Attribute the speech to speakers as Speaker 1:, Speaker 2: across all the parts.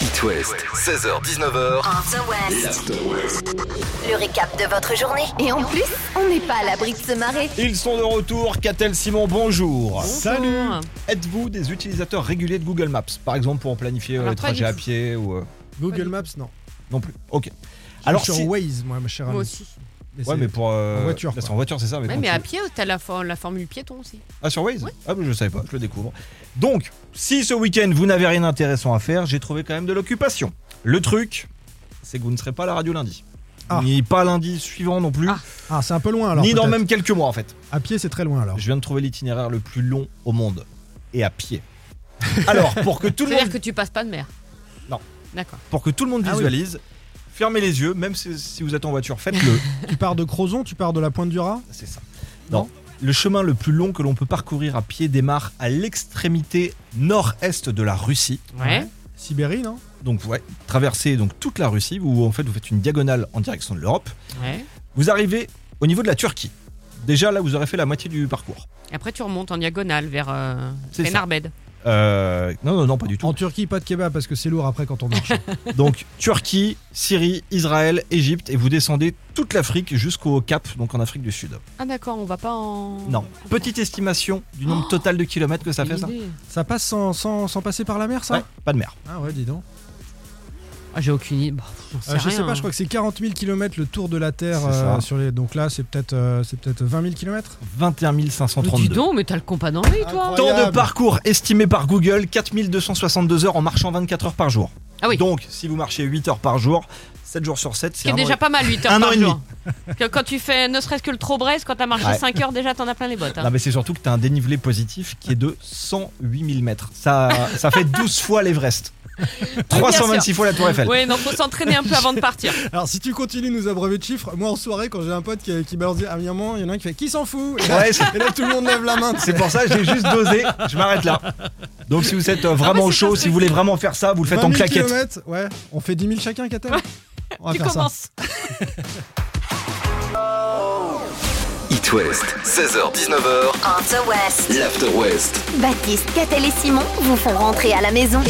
Speaker 1: It West, 16h-19h,
Speaker 2: After West,
Speaker 1: l'After West.
Speaker 2: le récap de votre journée. Et en plus, on n'est pas à l'abri de se marrer.
Speaker 3: Ils sont de retour. Catel Simon, bonjour.
Speaker 4: Salut
Speaker 3: Êtes-vous des utilisateurs réguliers de Google Maps Par exemple, pour planifier euh,
Speaker 4: Alors,
Speaker 3: les
Speaker 4: pas du
Speaker 3: trajets à
Speaker 4: tout.
Speaker 3: pied ou. euh,
Speaker 4: Pas
Speaker 5: Google
Speaker 4: du
Speaker 5: Maps, non.
Speaker 3: Non plus. Ok.
Speaker 5: Je
Speaker 3: Alors,
Speaker 5: suis
Speaker 3: si...
Speaker 5: sur Waze, moi, ma chère
Speaker 4: Moi
Speaker 5: amie.
Speaker 4: aussi.
Speaker 3: Ouais,
Speaker 5: c'est-
Speaker 3: mais pour. euh,
Speaker 5: en voiture,
Speaker 3: là, c'est
Speaker 5: quoi.
Speaker 3: en voiture, c'est ça. Mais
Speaker 4: Ouais,
Speaker 3: quand
Speaker 4: mais
Speaker 3: tu-
Speaker 4: à pied, t'as la, for- la formule piéton aussi.
Speaker 3: Ah, sur Waze
Speaker 4: Ouais.
Speaker 3: Ah, mais je savais pas, je le découvre. Donc, si ce week-end vous n'avez rien d'intéressant à faire, j'ai trouvé quand même de l'occupation. Le truc, c'est que vous ne serez pas à la radio lundi.
Speaker 5: Ah.
Speaker 3: Ni pas lundi suivant non plus,
Speaker 4: Ah,
Speaker 5: Ah, c'est un peu loin alors.
Speaker 3: ni dans
Speaker 5: peut-être. Ah.
Speaker 3: même quelques mois en fait.
Speaker 5: À pied, c'est très loin alors.
Speaker 3: Je viens de trouver l'itinéraire le plus long au monde. Et à pied. Alors, pour que tout le monde
Speaker 4: C'est-à-dire que tu passes pas de mer.
Speaker 3: Non.
Speaker 4: D'accord.
Speaker 3: pour que tout le monde
Speaker 5: Ah oui.
Speaker 3: visualise. Fermez les yeux, même si, si vous êtes en voiture, faites-le.
Speaker 5: Tu pars de Crozon, tu pars de la Pointe du Rat.
Speaker 3: C'est ça. Non. Le chemin le plus long que l'on peut parcourir à pied démarre à l'extrémité nord-est de la Russie.
Speaker 4: Ouais.
Speaker 5: Sibérie, non
Speaker 3: Donc, ouais, traversez donc toute la Russie, où en fait vous faites une diagonale en direction de l'Europe.
Speaker 4: Ouais.
Speaker 3: Vous arrivez au niveau de la Turquie. Déjà là, vous aurez fait la moitié du parcours.
Speaker 4: Et après, tu remontes en diagonale vers euh,
Speaker 3: C'est ça.
Speaker 4: Pénarbed.
Speaker 3: Euh, non, non, non, pas du tout.
Speaker 5: En Turquie, pas de kebab parce que c'est lourd après quand on marche.
Speaker 3: Donc Turquie, Syrie, Israël, Égypte, et vous descendez toute l'Afrique jusqu'au Cap, donc en Afrique du Sud.
Speaker 4: Ah, d'accord, on va pas en.
Speaker 3: Non. Petite estimation du nombre total de kilomètres que ça fait, ça
Speaker 4: Idée.
Speaker 5: ça passe sans, sans, sans passer par la mer, ça
Speaker 3: Ouais, pas de mer.
Speaker 5: Ah ouais, dis donc.
Speaker 4: Ah, j'ai aucune idée. Bah, j'en sais
Speaker 5: Euh, je
Speaker 4: rien,
Speaker 5: sais pas,
Speaker 4: hein.
Speaker 5: je crois que c'est 40 000 km le tour de la Terre.
Speaker 3: C'est
Speaker 5: euh,
Speaker 3: ça.
Speaker 5: sur les... Donc là, c'est peut-être euh, c'est peut-être 20 000 km
Speaker 3: 21
Speaker 4: Dis
Speaker 3: 532.
Speaker 4: donc, mais t'as le compas dans l'œil, toi
Speaker 5: Incroyable.
Speaker 3: Temps de parcours estimé par Google 4262 heures en marchant 24 heures par jour.
Speaker 4: Ah oui.
Speaker 3: Donc si vous marchez 8 heures par jour, 7 jours sur 7,
Speaker 4: Ce qui
Speaker 3: c'est
Speaker 4: est
Speaker 3: un
Speaker 4: déjà
Speaker 3: an
Speaker 4: pas mal, 8 heures
Speaker 3: Un an
Speaker 4: par
Speaker 3: et demi.
Speaker 4: jour. Parce que quand tu fais ne serait-ce que le trop brest quand t'as marché
Speaker 3: Ouais.
Speaker 4: 5 heures, déjà, t'en as plein les bottes.
Speaker 3: et-
Speaker 4: hein.
Speaker 3: Non mais c'est surtout que tu as un dénivelé positif qui est de 108 000 mètres. Ça, ça fait 12 fois l'Everest. 326 fois la Tour Eiffel.
Speaker 4: Ouais, donc faut s'entraîner un peu avant de partir.
Speaker 5: Alors si tu continues de nous abreuver de chiffres, moi en soirée, quand j'ai un pote qui, qui balance à un moment, il y en a un qui fait Qui s'en fout Et là-
Speaker 3: Ouais, c'est-
Speaker 5: Et là, tout le monde lève la main.
Speaker 3: c'est pour ça que j'ai juste dosé. Je m'arrête là. Donc si vous êtes euh, vraiment
Speaker 4: Ah, mais c'est
Speaker 3: chaud,
Speaker 4: un
Speaker 3: si
Speaker 4: truc.
Speaker 3: vous voulez vraiment faire ça, vous le faites en
Speaker 5: 20 000
Speaker 3: claquette.
Speaker 5: kilomètres, ouais, on fait 10 000 chacun, Katel On va
Speaker 4: tu
Speaker 5: faire ça.
Speaker 4: commences.
Speaker 1: It West, 16h-19h,
Speaker 2: After West.
Speaker 1: l'After West.
Speaker 2: Baptiste, Catel et Simon vous font rentrer à la maison.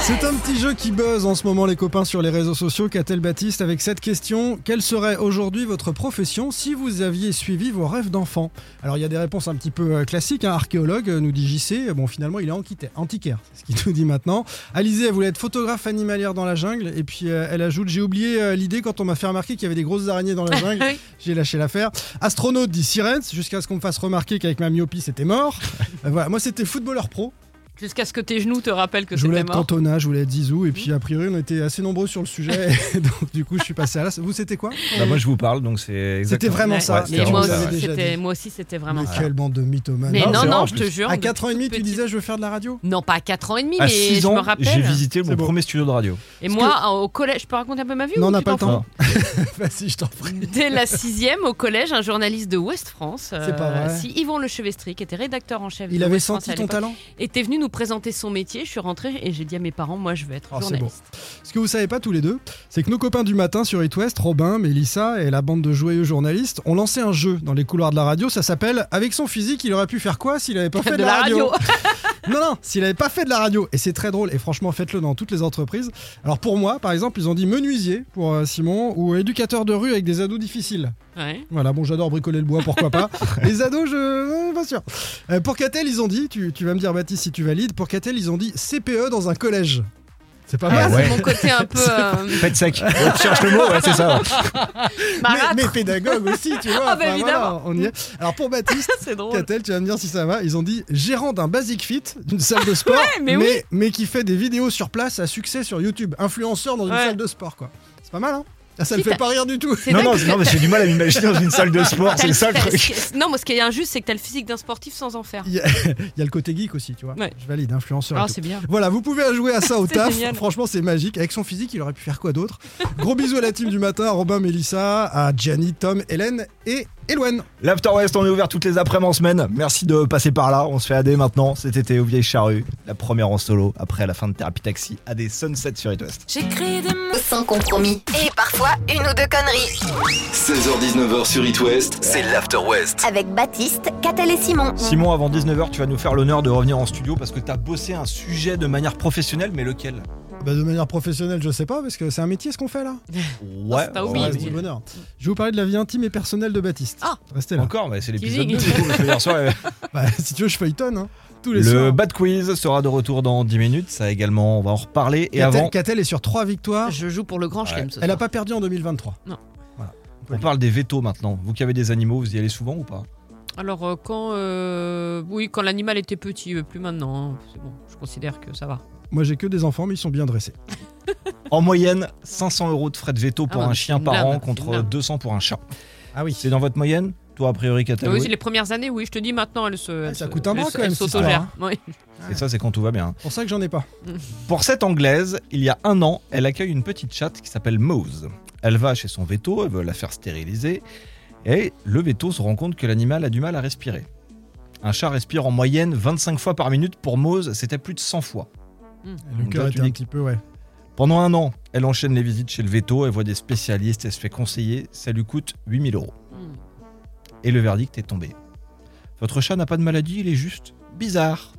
Speaker 5: C'est un petit jeu qui buzz en ce moment, les copains, sur les réseaux sociaux. Qu'a-t-elle Baptiste avec cette question Quelle serait aujourd'hui votre profession si vous aviez suivi vos rêves d'enfant Alors, il y a des réponses un petit peu euh, classiques. Un archéologue, euh, nous dit JC. Bon, finalement, il est antiquaire, antiquaire c'est ce qu'il nous dit maintenant. Alizé, elle voulait être photographe animalière dans la jungle. Et puis, euh, elle ajoute J'ai oublié euh, l'idée quand on m'a fait remarquer qu'il y avait des grosses araignées dans la jungle.
Speaker 4: Oui.
Speaker 5: J'ai lâché l'affaire. Astronaute dit Sirens, jusqu'à ce qu'on me fasse remarquer qu'avec ma myopie, c'était mort. Euh, voilà, moi, c'était footballeur pro.
Speaker 4: Jusqu'à ce que tes genoux te rappellent que
Speaker 5: Je voulais
Speaker 4: c'était
Speaker 5: être
Speaker 4: mort. Mhm.
Speaker 5: Cantona, je voulais être Zizou, et puis a priori on était assez nombreux sur le sujet, et donc du coup je suis passé à là. Vous c'était quoi
Speaker 3: Bah, moi je vous parle, donc c'est
Speaker 5: C'était
Speaker 3: exactement.
Speaker 5: vraiment
Speaker 4: Ouais.
Speaker 5: ça.
Speaker 3: c'était
Speaker 4: Mais moi
Speaker 3: vraiment ça,
Speaker 4: aussi,
Speaker 5: Vous l'avez déjà
Speaker 4: c'était-
Speaker 5: dit.
Speaker 4: moi aussi, c'était vraiment
Speaker 5: Mais
Speaker 4: ça.
Speaker 5: quelle bande de mythomanes.
Speaker 4: Ah, Mais
Speaker 3: Non,
Speaker 4: non,
Speaker 3: c'est
Speaker 4: non,
Speaker 3: vrai, en
Speaker 4: je
Speaker 3: plus.
Speaker 4: te jure.
Speaker 5: à
Speaker 4: de
Speaker 5: 4 ans et
Speaker 4: toute
Speaker 5: demi tu
Speaker 4: petite-
Speaker 5: disais je veux faire de la radio
Speaker 4: Non, pas à 4 ans et demi,
Speaker 3: À
Speaker 4: mais
Speaker 3: 6
Speaker 4: je me
Speaker 3: ans, j'ai
Speaker 4: rappelle.
Speaker 3: visité mon
Speaker 5: C'est beau.
Speaker 3: premier studio de radio.
Speaker 4: Et moi, au collège, je peux raconter un peu ma vie
Speaker 5: Non,
Speaker 4: ou
Speaker 5: on n'a
Speaker 4: tu
Speaker 5: pas le
Speaker 4: t'en
Speaker 5: temps.
Speaker 4: fous Mm.
Speaker 3: Non.
Speaker 5: Vas-y, je t'en prie.
Speaker 4: Dès la sixième, au collège, un journaliste de Ouest France, euh,
Speaker 5: C'est pas vrai.
Speaker 4: si Yvon Lechevestri, qui était rédacteur en chef,
Speaker 5: Il
Speaker 4: de
Speaker 5: avait
Speaker 4: Ouest France
Speaker 5: senti
Speaker 4: à
Speaker 5: ton
Speaker 4: l'époque,
Speaker 5: talent
Speaker 4: était venu nous présenter son métier. Je suis rentrée et j'ai dit à mes parents, moi, je veux être
Speaker 5: Oh, c'est
Speaker 4: journaliste.
Speaker 5: Ce que vous savez pas tous les deux, c'est que nos copains du matin sur It West, Robin, Mélissa et la bande de joyeux journalistes, ont lancé un jeu dans les couloirs de la radio. Ça s'appelle Avec son physique, il aurait pu faire quoi s'il avait pas fait de, la radio Non, non, s'il n'avait pas fait de la radio. Et c'est très drôle. Et franchement, faites-le dans toutes les entreprises. Alors pour moi, par exemple, ils ont dit menuisier pour euh, Simon ou éducateur de rue avec des ados difficiles.
Speaker 4: Ouais.
Speaker 5: Voilà, bon, j'adore bricoler le bois, pourquoi pas. les ados, je. euh, pas sûr. Euh, pour Catel, ils ont dit, tu, tu vas me dire, Baptiste, si tu valides, pour Catel, ils ont dit CPE dans un collège. C'est pas
Speaker 3: Ah
Speaker 5: mal.
Speaker 4: C'est
Speaker 3: ouais.
Speaker 4: mon côté un peu euh,
Speaker 3: Faites sec. Ouais, tu cherches le mot, ouais, c'est ça.
Speaker 4: marâtre.
Speaker 5: mais, mais pédagogue aussi, tu vois.
Speaker 4: Ah bah
Speaker 5: Enfin,
Speaker 4: évidemment.
Speaker 5: voilà, on y est. Alors pour Baptiste,
Speaker 4: c'est drôle.
Speaker 5: Catel, tu vas me dire si ça va. Ils ont dit gérant d'un Basic Fit, d'une salle de sport,
Speaker 4: mais
Speaker 5: mais qui fait des vidéos sur place à succès sur YouTube. Influenceur dans une
Speaker 4: Ouais.
Speaker 5: salle de sport, quoi. C'est pas mal, hein Ah,
Speaker 4: Si,
Speaker 5: Ça le fait
Speaker 4: t'as-
Speaker 5: pas rire du tout.
Speaker 4: C'est
Speaker 3: Non,
Speaker 4: dingue
Speaker 3: non,
Speaker 4: parce que
Speaker 3: non, mais j'ai du mal à m'imaginer dans une salle de sport,
Speaker 4: t'as
Speaker 3: c'est
Speaker 4: le-
Speaker 3: ça le
Speaker 4: t'as-
Speaker 3: truc.
Speaker 4: c'est- Non, moi, ce qui est injuste, c'est que t'as le physique d'un sportif sans en faire.
Speaker 5: Il y, a, il y a le côté geek aussi, tu vois.
Speaker 4: Ouais.
Speaker 5: Je valide, influenceur. et
Speaker 4: Ah,
Speaker 5: tout.
Speaker 4: c'est bien.
Speaker 5: Voilà, vous pouvez jouer à ça au
Speaker 4: C'est
Speaker 5: taf.
Speaker 4: génial.
Speaker 5: Franchement, c'est magique. Avec son physique, il aurait pu faire quoi d'autre Gros bisous à la team du matin, à Robin, Mélissa, à Gianni, Tom, Hélène et Eloine.
Speaker 3: L'After West, on est ouvert toutes les après-midi en semaine. Merci de passer par là. On se fait AD maintenant. Cet été aux Vieilles Charrues. La première en solo. Après la fin de Thérapie Taxi. AD Sunset sur It West.
Speaker 6: J'écris des mots.
Speaker 2: Sans compromis. Et parfois, une ou deux conneries.
Speaker 1: 16h-19h sur It West, c'est l'After West.
Speaker 2: Avec Baptiste, Catel et Simon.
Speaker 3: Simon, avant 19h, tu vas nous faire l'honneur de revenir en studio parce que t'as bossé un sujet de manière professionnelle, mais lequel
Speaker 5: Bah, de manière professionnelle, je sais pas, parce que c'est un métier ce qu'on fait là.
Speaker 3: Ouais.
Speaker 4: t'as
Speaker 3: ouais,
Speaker 5: Ça
Speaker 4: oublié,
Speaker 5: reste
Speaker 4: mais-
Speaker 5: du bonheur. Je vais vous parler de la vie intime et personnelle de Baptiste.
Speaker 4: Ah.
Speaker 5: Restez là.
Speaker 3: Encore, mais c'est l'épisode
Speaker 4: Teasing.
Speaker 3: 2 du coup, parce que hier soir, euh,
Speaker 5: Bah, si tu veux, je feuilletonne. hein, Tous les
Speaker 3: Le
Speaker 5: soirs.
Speaker 3: bad quiz sera de retour dans 10 minutes, ça également, on va en reparler. Et
Speaker 5: Catel-
Speaker 3: avant,
Speaker 5: Catel est sur 3
Speaker 3: Hein
Speaker 5: victoires.
Speaker 4: Je joue pour le grand chelem ce
Speaker 5: Elle a
Speaker 4: soir.
Speaker 5: pas perdu en 2023.
Speaker 3: on parle des vétos maintenant. Vous qui avez des animaux, vous y allez souvent ou pas
Speaker 4: Alors euh, quand euh, oui quand l'animal était petit, euh, plus maintenant. hein. C'est bon, je considère que ça va.
Speaker 5: Moi, j'ai que des enfants, mais ils sont bien dressés.
Speaker 3: En moyenne, 500 euros de frais de veto pour
Speaker 4: Ah,
Speaker 3: un
Speaker 4: mais
Speaker 3: chien
Speaker 4: c'est une
Speaker 3: par
Speaker 4: blinde,
Speaker 3: an
Speaker 4: c'est une
Speaker 3: contre
Speaker 4: blinde.
Speaker 3: 200 pour un chat.
Speaker 5: Ah oui.
Speaker 3: C'est dans votre moyenne Toi, a priori, Catal,
Speaker 4: oui,
Speaker 3: Ah oui.
Speaker 4: c'est les premières années, oui. Je te dis maintenant, elle se. elle
Speaker 5: ça
Speaker 4: se-
Speaker 5: coûte un
Speaker 4: elle
Speaker 5: bras,
Speaker 4: se-
Speaker 5: quand même,
Speaker 4: Elle
Speaker 5: cette
Speaker 4: s'autogère. Oui.
Speaker 3: Et ça, c'est quand tout va bien.
Speaker 5: C'est pour ça que j'en ai pas.
Speaker 3: Pour cette Anglaise, il y a un an, elle accueille une petite chatte qui s'appelle Mose. Elle va chez son veto, elle veut la faire stériliser, et le veto se rend compte que l'animal a du mal à respirer. Un chat respire en moyenne 25 fois par minute, pour Mose, c'était plus de 100 fois.
Speaker 5: Le
Speaker 3: Donc
Speaker 5: cœur
Speaker 3: là,
Speaker 5: était
Speaker 3: tu
Speaker 5: un
Speaker 3: dis-
Speaker 5: petit peu, ouais.
Speaker 3: Pendant un an, elle enchaîne les visites chez le veto, elle voit des spécialistes, elle se fait conseiller, ça lui coûte 8000 euros.
Speaker 4: Hmm.
Speaker 3: Et le verdict est tombé. Votre chat n'a pas de maladie, il est juste bizarre.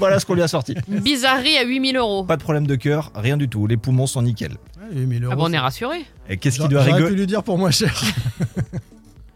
Speaker 3: voilà ce qu'on lui a sorti.
Speaker 4: Une bizarrerie à 8000 euros.
Speaker 3: Pas de problème de cœur, rien du tout, les poumons sont nickel.
Speaker 5: Allez, mais le
Speaker 4: Ah bon, on est rassuré.
Speaker 3: Et qu'est-ce qui
Speaker 5: J'aurais
Speaker 3: doit
Speaker 5: j'aurais
Speaker 3: rigoler
Speaker 5: pu lui dire pour moins cher.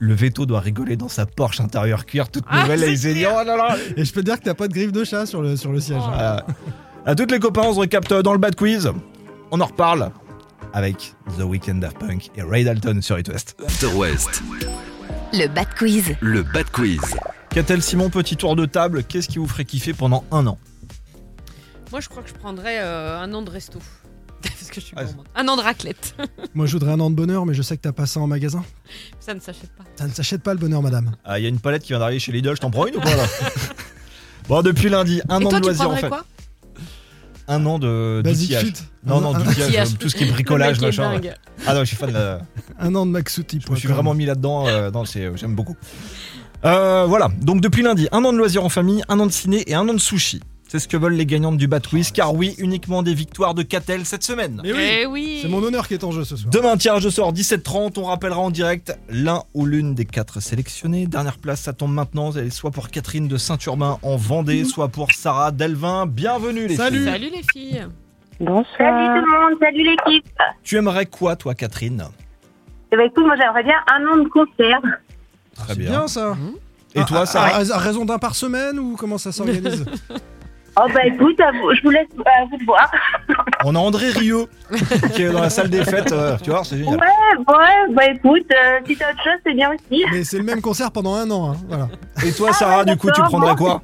Speaker 3: Le veto doit rigoler dans sa Porsche intérieure cuir toute
Speaker 4: Ah,
Speaker 3: nouvelle et
Speaker 4: c'est
Speaker 3: il s'est dit oh là là.
Speaker 5: Et je peux te dire que t'as pas de griffe de chat sur le, sur le siège.
Speaker 4: Ah.
Speaker 5: hein.
Speaker 3: Voilà. Ah, À toutes les copains, on se recapte dans le bad quiz. On en reparle avec The Weeknd Daft Punk et Ray Dalton sur It West.
Speaker 1: After West,
Speaker 2: Le Bad Quiz.
Speaker 1: le Bad Quiz.
Speaker 3: Catel Simon, petit tour de table, qu'est-ce qui vous ferait kiffer pendant un an
Speaker 4: Moi, je crois que je prendrais euh, un an de resto. Parce que je suis
Speaker 3: Ah,
Speaker 4: gourmande. Un an de raclette.
Speaker 5: Moi, je voudrais un an de bonheur, mais je sais que t'as pas ça en magasin.
Speaker 4: ça ne s'achète pas.
Speaker 5: Ça ne s'achète pas le bonheur, madame.
Speaker 3: Ah, Il y a une palette qui vient d'arriver chez Lidl, je t'en prends une ou pas là Bon, depuis lundi, un
Speaker 4: Et
Speaker 3: an
Speaker 4: toi,
Speaker 3: de
Speaker 4: tu
Speaker 3: loisirs en
Speaker 4: prendrais
Speaker 3: fait.
Speaker 4: quoi
Speaker 3: un an de
Speaker 5: Basic
Speaker 3: d'outillage.
Speaker 5: fit.
Speaker 3: Non, non,
Speaker 5: un,
Speaker 3: d'outillage,
Speaker 4: Outillage.
Speaker 3: euh, tout ce qui est bricolage,
Speaker 4: Le mec est
Speaker 3: machin.
Speaker 4: dingue.
Speaker 3: ouais. Ah non, je suis fan de la-
Speaker 5: un an de maxouti.
Speaker 3: Je me suis vraiment mis là-dedans. euh, non, c'est- j'aime beaucoup. Euh, voilà. Donc depuis lundi, un an de loisirs en famille, un an de ciné et un an de sushi. C'est ce que veulent les gagnantes du Batwiz, car oui, uniquement des victoires de Catel cette semaine.
Speaker 5: Mais oui,
Speaker 4: Eh oui.
Speaker 5: c'est mon honneur qui est en jeu ce soir.
Speaker 3: Demain, tirage de sort, 17h30, on rappellera en direct l'un ou l'une des quatre sélectionnés. Dernière place, ça tombe maintenant, elle est soit pour Catherine de Saint-Urbain en Vendée, soit pour Sarah Delvin. Bienvenue les
Speaker 5: Mmh. Salut.
Speaker 3: filles.
Speaker 4: Salut les filles.
Speaker 6: Salut
Speaker 7: Bonsoir.
Speaker 6: tout le monde, salut l'équipe.
Speaker 3: Tu aimerais quoi toi Catherine
Speaker 6: Eh ben, écoute, moi j'aimerais bien un an de concert.
Speaker 5: Ah,
Speaker 3: Très
Speaker 5: c'est
Speaker 3: bien.
Speaker 5: bien. ça.
Speaker 3: Et
Speaker 5: Ah,
Speaker 3: toi
Speaker 5: ah,
Speaker 3: Sarah
Speaker 5: ah, À, raison d'un par semaine ou comment ça s'organise
Speaker 6: Oh bah écoute, à vous- je vous laisse à vous de voir.
Speaker 3: On a André Rieu qui est dans la salle des fêtes, euh, tu vois, c'est génial.
Speaker 6: Ouais, ouais, bah écoute, euh, si t'as autre chose, c'est bien aussi.
Speaker 5: Mais c'est le même concert pendant un an. hein, Voilà.
Speaker 3: Et toi, Sarah, du coup, tu
Speaker 6: d'accord,
Speaker 3: prendrais quoi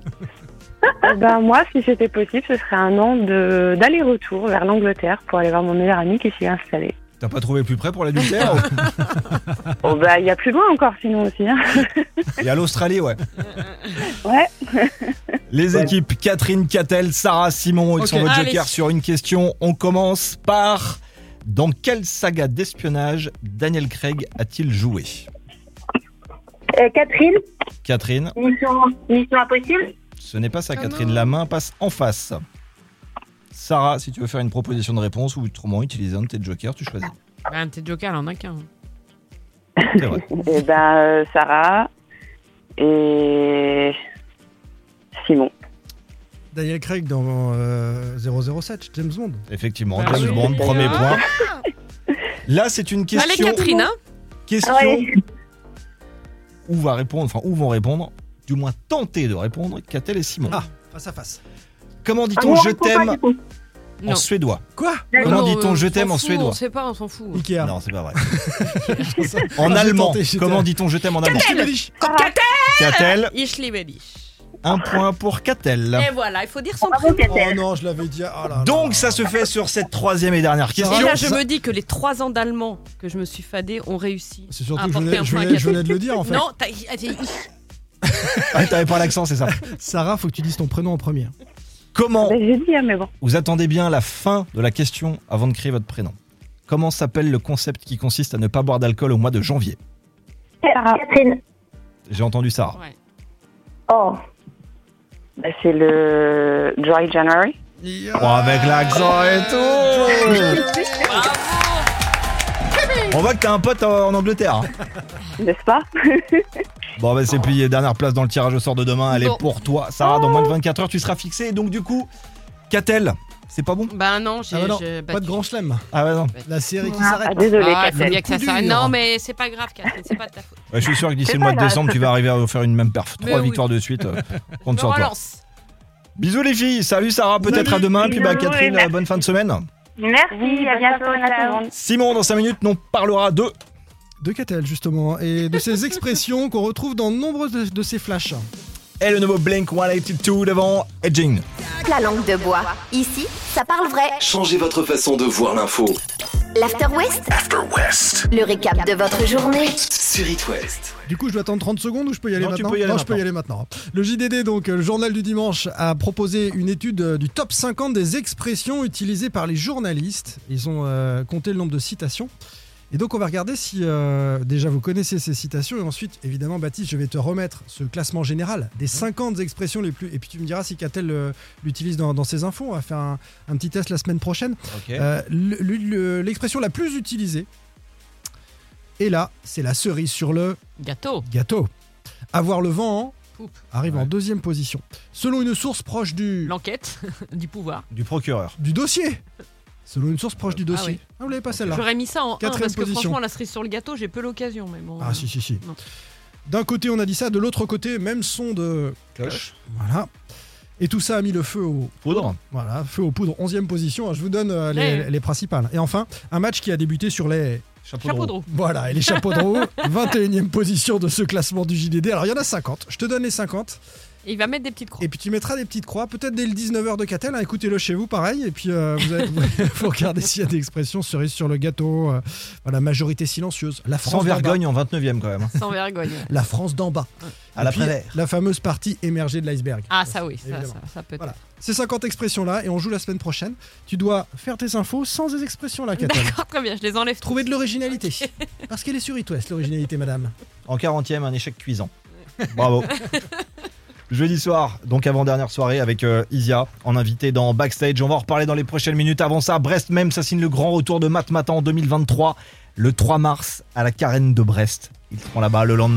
Speaker 7: Eh ben, moi, si c'était possible, ce serait un an de- d'aller-retour vers l'Angleterre pour aller voir mon meilleur ami qui s'y est installé.
Speaker 3: T'as pas trouvé plus près pour l'adultère ou-
Speaker 7: Oh, bah, il y a plus loin encore, sinon aussi. hein.
Speaker 3: Et à l'Australie, ouais.
Speaker 7: Ouais.
Speaker 3: Les équipes Catherine Cattel, Sarah Simon, ils
Speaker 5: Ok.
Speaker 3: sont votre
Speaker 4: Allez.
Speaker 3: joker sur une question. On commence par dans quelle saga d'espionnage Daniel Craig a-t-il joué
Speaker 6: Euh, Catherine,
Speaker 3: Catherine,
Speaker 6: mission, mission impossible.
Speaker 3: ce n'est pas ça.
Speaker 4: Ah
Speaker 3: Catherine,
Speaker 4: non.
Speaker 3: la main passe en face. Sarah, si tu veux faire une proposition de réponse ou autrement utiliser un de tes jokers, tu choisis.
Speaker 4: Bah, un petit joker, elle en a qu'un.
Speaker 3: C'est vrai.
Speaker 7: Eh ben, euh, Sarah et Simon.
Speaker 5: Daniel Craig dans euh, 007, James Bond.
Speaker 3: Effectivement,
Speaker 4: Ah
Speaker 3: James
Speaker 4: oui.
Speaker 3: Bond, premier
Speaker 4: Ah.
Speaker 3: point. Là, c'est une question.
Speaker 4: Allez, Catherine, hein
Speaker 3: question
Speaker 6: Ouais.
Speaker 3: où va répondre, enfin où vont répondre, du moins tenter de répondre, Catel et Simon.
Speaker 5: Ah. Face à face.
Speaker 3: Comment
Speaker 6: Ah,
Speaker 3: dit-on
Speaker 6: on
Speaker 3: je
Speaker 6: répond pas,
Speaker 3: t'aime
Speaker 6: du coup.
Speaker 3: en suédois
Speaker 5: Quoi
Speaker 3: Comment
Speaker 4: Non,
Speaker 3: dit-on
Speaker 4: euh,
Speaker 3: je
Speaker 4: on
Speaker 3: t'aime
Speaker 4: s'en
Speaker 3: en
Speaker 4: fout,
Speaker 3: suédois
Speaker 4: On sait pas, on s'en fout.
Speaker 5: Ikea.
Speaker 3: Non, c'est pas vrai.
Speaker 5: Ah,
Speaker 3: En
Speaker 5: j'ai
Speaker 3: allemand,
Speaker 5: tenté, j'ai
Speaker 3: comment
Speaker 5: tenté.
Speaker 3: dit-on je t'aime en allemand Catel,
Speaker 4: Ich liebe dich.
Speaker 3: un point pour Catel.
Speaker 5: Ah.
Speaker 4: Et voilà, il faut dire
Speaker 7: Ah,
Speaker 4: son
Speaker 6: Bravo
Speaker 4: prénom.
Speaker 5: Oh
Speaker 6: Catherine.
Speaker 5: non, je l'avais dit. ah là là.
Speaker 3: Donc ça se fait sur cette troisième et dernière
Speaker 4: Et
Speaker 3: question.
Speaker 4: là, je me dis que les trois ans d'allemand que je me suis fadé ont réussi.
Speaker 5: C'est
Speaker 4: à
Speaker 5: surtout que je
Speaker 4: apporter
Speaker 5: venais,
Speaker 4: un
Speaker 5: je
Speaker 4: point à
Speaker 5: venais- je
Speaker 4: Catherine.
Speaker 5: venais de le dire en fait.
Speaker 4: Non, t'as- ah, t'es-
Speaker 3: Ah, T'avais pas l'accent, c'est ça.
Speaker 5: Sarah, faut que tu dises ton prénom en premier.
Speaker 3: Comment
Speaker 7: Ben, J'ai dit, hein, mais bon.
Speaker 3: Vous attendez bien la fin de la question avant de créer votre prénom. Comment s'appelle le concept qui consiste à ne pas boire d'alcool au mois de janvier
Speaker 7: Sarah.
Speaker 6: Catherine.
Speaker 3: J'ai entendu ça.
Speaker 4: Ouais.
Speaker 6: Oh,
Speaker 7: Ben, c'est le Dry January.
Speaker 3: Oh, avec l'accent et tout On voit que t'as un pote en en Angleterre. hein.
Speaker 7: N'est-ce pas
Speaker 3: Bon, bah, c'est plié. Dernière place dans le tirage au sort de demain. Elle est
Speaker 4: Bon.
Speaker 3: pour toi, Sarah. Dans moins de 24 heures, tu seras fixée. Et donc, du coup, Catel, C'est pas bon
Speaker 4: Ben non, j'ai.
Speaker 5: Ah bah non,
Speaker 4: j'ai
Speaker 5: pas de
Speaker 4: battu.
Speaker 5: grand chelem.
Speaker 3: Ah ouais, non.
Speaker 5: La série qui
Speaker 6: Ah,
Speaker 7: Ah,
Speaker 5: s'arrête.
Speaker 7: désolé,
Speaker 4: Ah,
Speaker 7: Catherine.
Speaker 4: faut bien que ça
Speaker 5: Coup
Speaker 4: s'arrête.
Speaker 5: dur.
Speaker 4: Non, mais c'est pas grave, Catherine, c'est pas de ta faute.
Speaker 3: Ouais, je suis sûr que d'ici
Speaker 7: C'est
Speaker 3: le mois de
Speaker 7: pas grave.
Speaker 3: décembre, tu vas arriver à faire une même perf.
Speaker 4: Mais
Speaker 3: Trois
Speaker 4: oui.
Speaker 3: victoires de suite. euh,
Speaker 4: On
Speaker 3: Compte sur toi.
Speaker 4: relance.
Speaker 3: Bisous les filles. Salut Sarah. Peut-être à
Speaker 6: Salut.
Speaker 3: demain. Puis bah,
Speaker 6: Bisous et
Speaker 3: Catherine,
Speaker 6: merci.
Speaker 3: bonne fin de semaine.
Speaker 6: Merci,
Speaker 7: Oui, bah,
Speaker 6: à
Speaker 7: bonne
Speaker 6: bientôt.
Speaker 7: soirée à tout le
Speaker 6: ciao.
Speaker 7: monde.
Speaker 3: Simon, dans 5 minutes, on parlera de.
Speaker 5: De Catel, justement, et de ses expressions qu'on retrouve dans nombre de, de ses flashs.
Speaker 3: Et le nouveau E Blink 182 devant Edging.
Speaker 2: La langue de bois. Ici, ça parle vrai.
Speaker 1: Changez votre façon de voir l'info.
Speaker 2: L'After West,
Speaker 1: After West.
Speaker 2: le récap de votre journée.
Speaker 1: Sur It West.
Speaker 5: Du coup, je dois attendre 30 secondes ou je peux y aller
Speaker 3: Non, tu
Speaker 5: maintenant
Speaker 3: peux y aller
Speaker 5: Non, je peux y aller maintenant. Le JDD, donc, euh, le journal du dimanche, a proposé une étude euh, du top 50 des expressions utilisées par les journalistes. Ils ont euh, compté le nombre de citations. Et donc, on va regarder si euh, déjà vous connaissez ces citations. Et ensuite, évidemment, Baptiste, je vais te remettre ce classement général des 50 expressions les plus. Et puis, tu me diras si Catel euh, l'utilise dans, dans ses infos. On va faire un- un petit test la semaine prochaine.
Speaker 3: Ok.
Speaker 5: Euh, le- le- le- L'expression la plus utilisée, et là, c'est la cerise sur le
Speaker 4: Gâteau.
Speaker 5: gâteau. Avoir le vent en
Speaker 4: Poupe.
Speaker 5: arrive en
Speaker 3: Ouais.
Speaker 5: deuxième position. Selon une source proche du,
Speaker 4: L'enquête du pouvoir.
Speaker 3: Du procureur.
Speaker 5: du dossier. Selon une source proche du dossier.
Speaker 4: Euh, oui.
Speaker 5: Ah, vous l'avez pas
Speaker 3: Ok.
Speaker 5: celle-là.
Speaker 4: J'aurais mis ça en 1
Speaker 5: Quatrième
Speaker 4: parce que
Speaker 5: position.
Speaker 4: franchement, la cerise sur le gâteau, j'ai peu l'occasion. Mais bon.
Speaker 5: Ah, si, si, si.
Speaker 4: Non.
Speaker 5: D'un côté, on a dit ça, de l'autre côté, même son de.
Speaker 3: Cloche.
Speaker 5: Voilà. Et tout ça a mis le feu au,
Speaker 3: Poudre.
Speaker 5: Voilà, feu aux poudres, 11e position. Je vous donne euh, les,
Speaker 4: Ouais.
Speaker 5: les principales. Et enfin, un match qui a débuté sur les.
Speaker 3: Chapeau,
Speaker 4: Chapeau
Speaker 3: de
Speaker 4: de
Speaker 3: roue.
Speaker 4: roue.
Speaker 5: Voilà, et les chapeaux de roue, 21e position de ce classement du JDD. Alors, il y en a 50. Je te donne les 50.
Speaker 4: Et il va mettre des petites croix.
Speaker 5: Et puis, tu mettras des petites croix, peut-être dès le 19h de Catel. hein, Écoutez-le chez vous, pareil. Et puis, euh, vous, allez- vous regardez s'il y a des expressions cerise sur le gâteau. euh, voilà, majorité silencieuse. La France
Speaker 3: Sans
Speaker 5: d'en bas.
Speaker 3: vergogne en 29ème quand même. hein.
Speaker 4: Sans vergogne.
Speaker 5: La France d'en bas.
Speaker 3: À la
Speaker 5: Et puis,
Speaker 3: Prévert.
Speaker 5: La fameuse partie émergée de l'iceberg.
Speaker 4: Ah, ça oui, ça,
Speaker 5: Évidemment.
Speaker 4: ça, ça peut être.
Speaker 5: Voilà. Ces 50 expressions-là, et on joue la semaine prochaine. Tu dois faire tes infos sans ces expressions-là, Catel.
Speaker 4: D'accord, très bien, je les enlève.
Speaker 5: Trouver de l'originalité. Parce qu'elle est sur It West, l'originalité, madame.
Speaker 3: En 40e, un échec cuisant. Bravo. Jeudi soir, donc avant-dernière soirée avec euh, Isia, en invité dans Backstage. On va en reparler dans les prochaines minutes. Avant ça, Brest même ça signe le grand retour de Matt Matan en 2023, le 3 mars à la Carène de Brest. Ils seront là-bas le lendemain.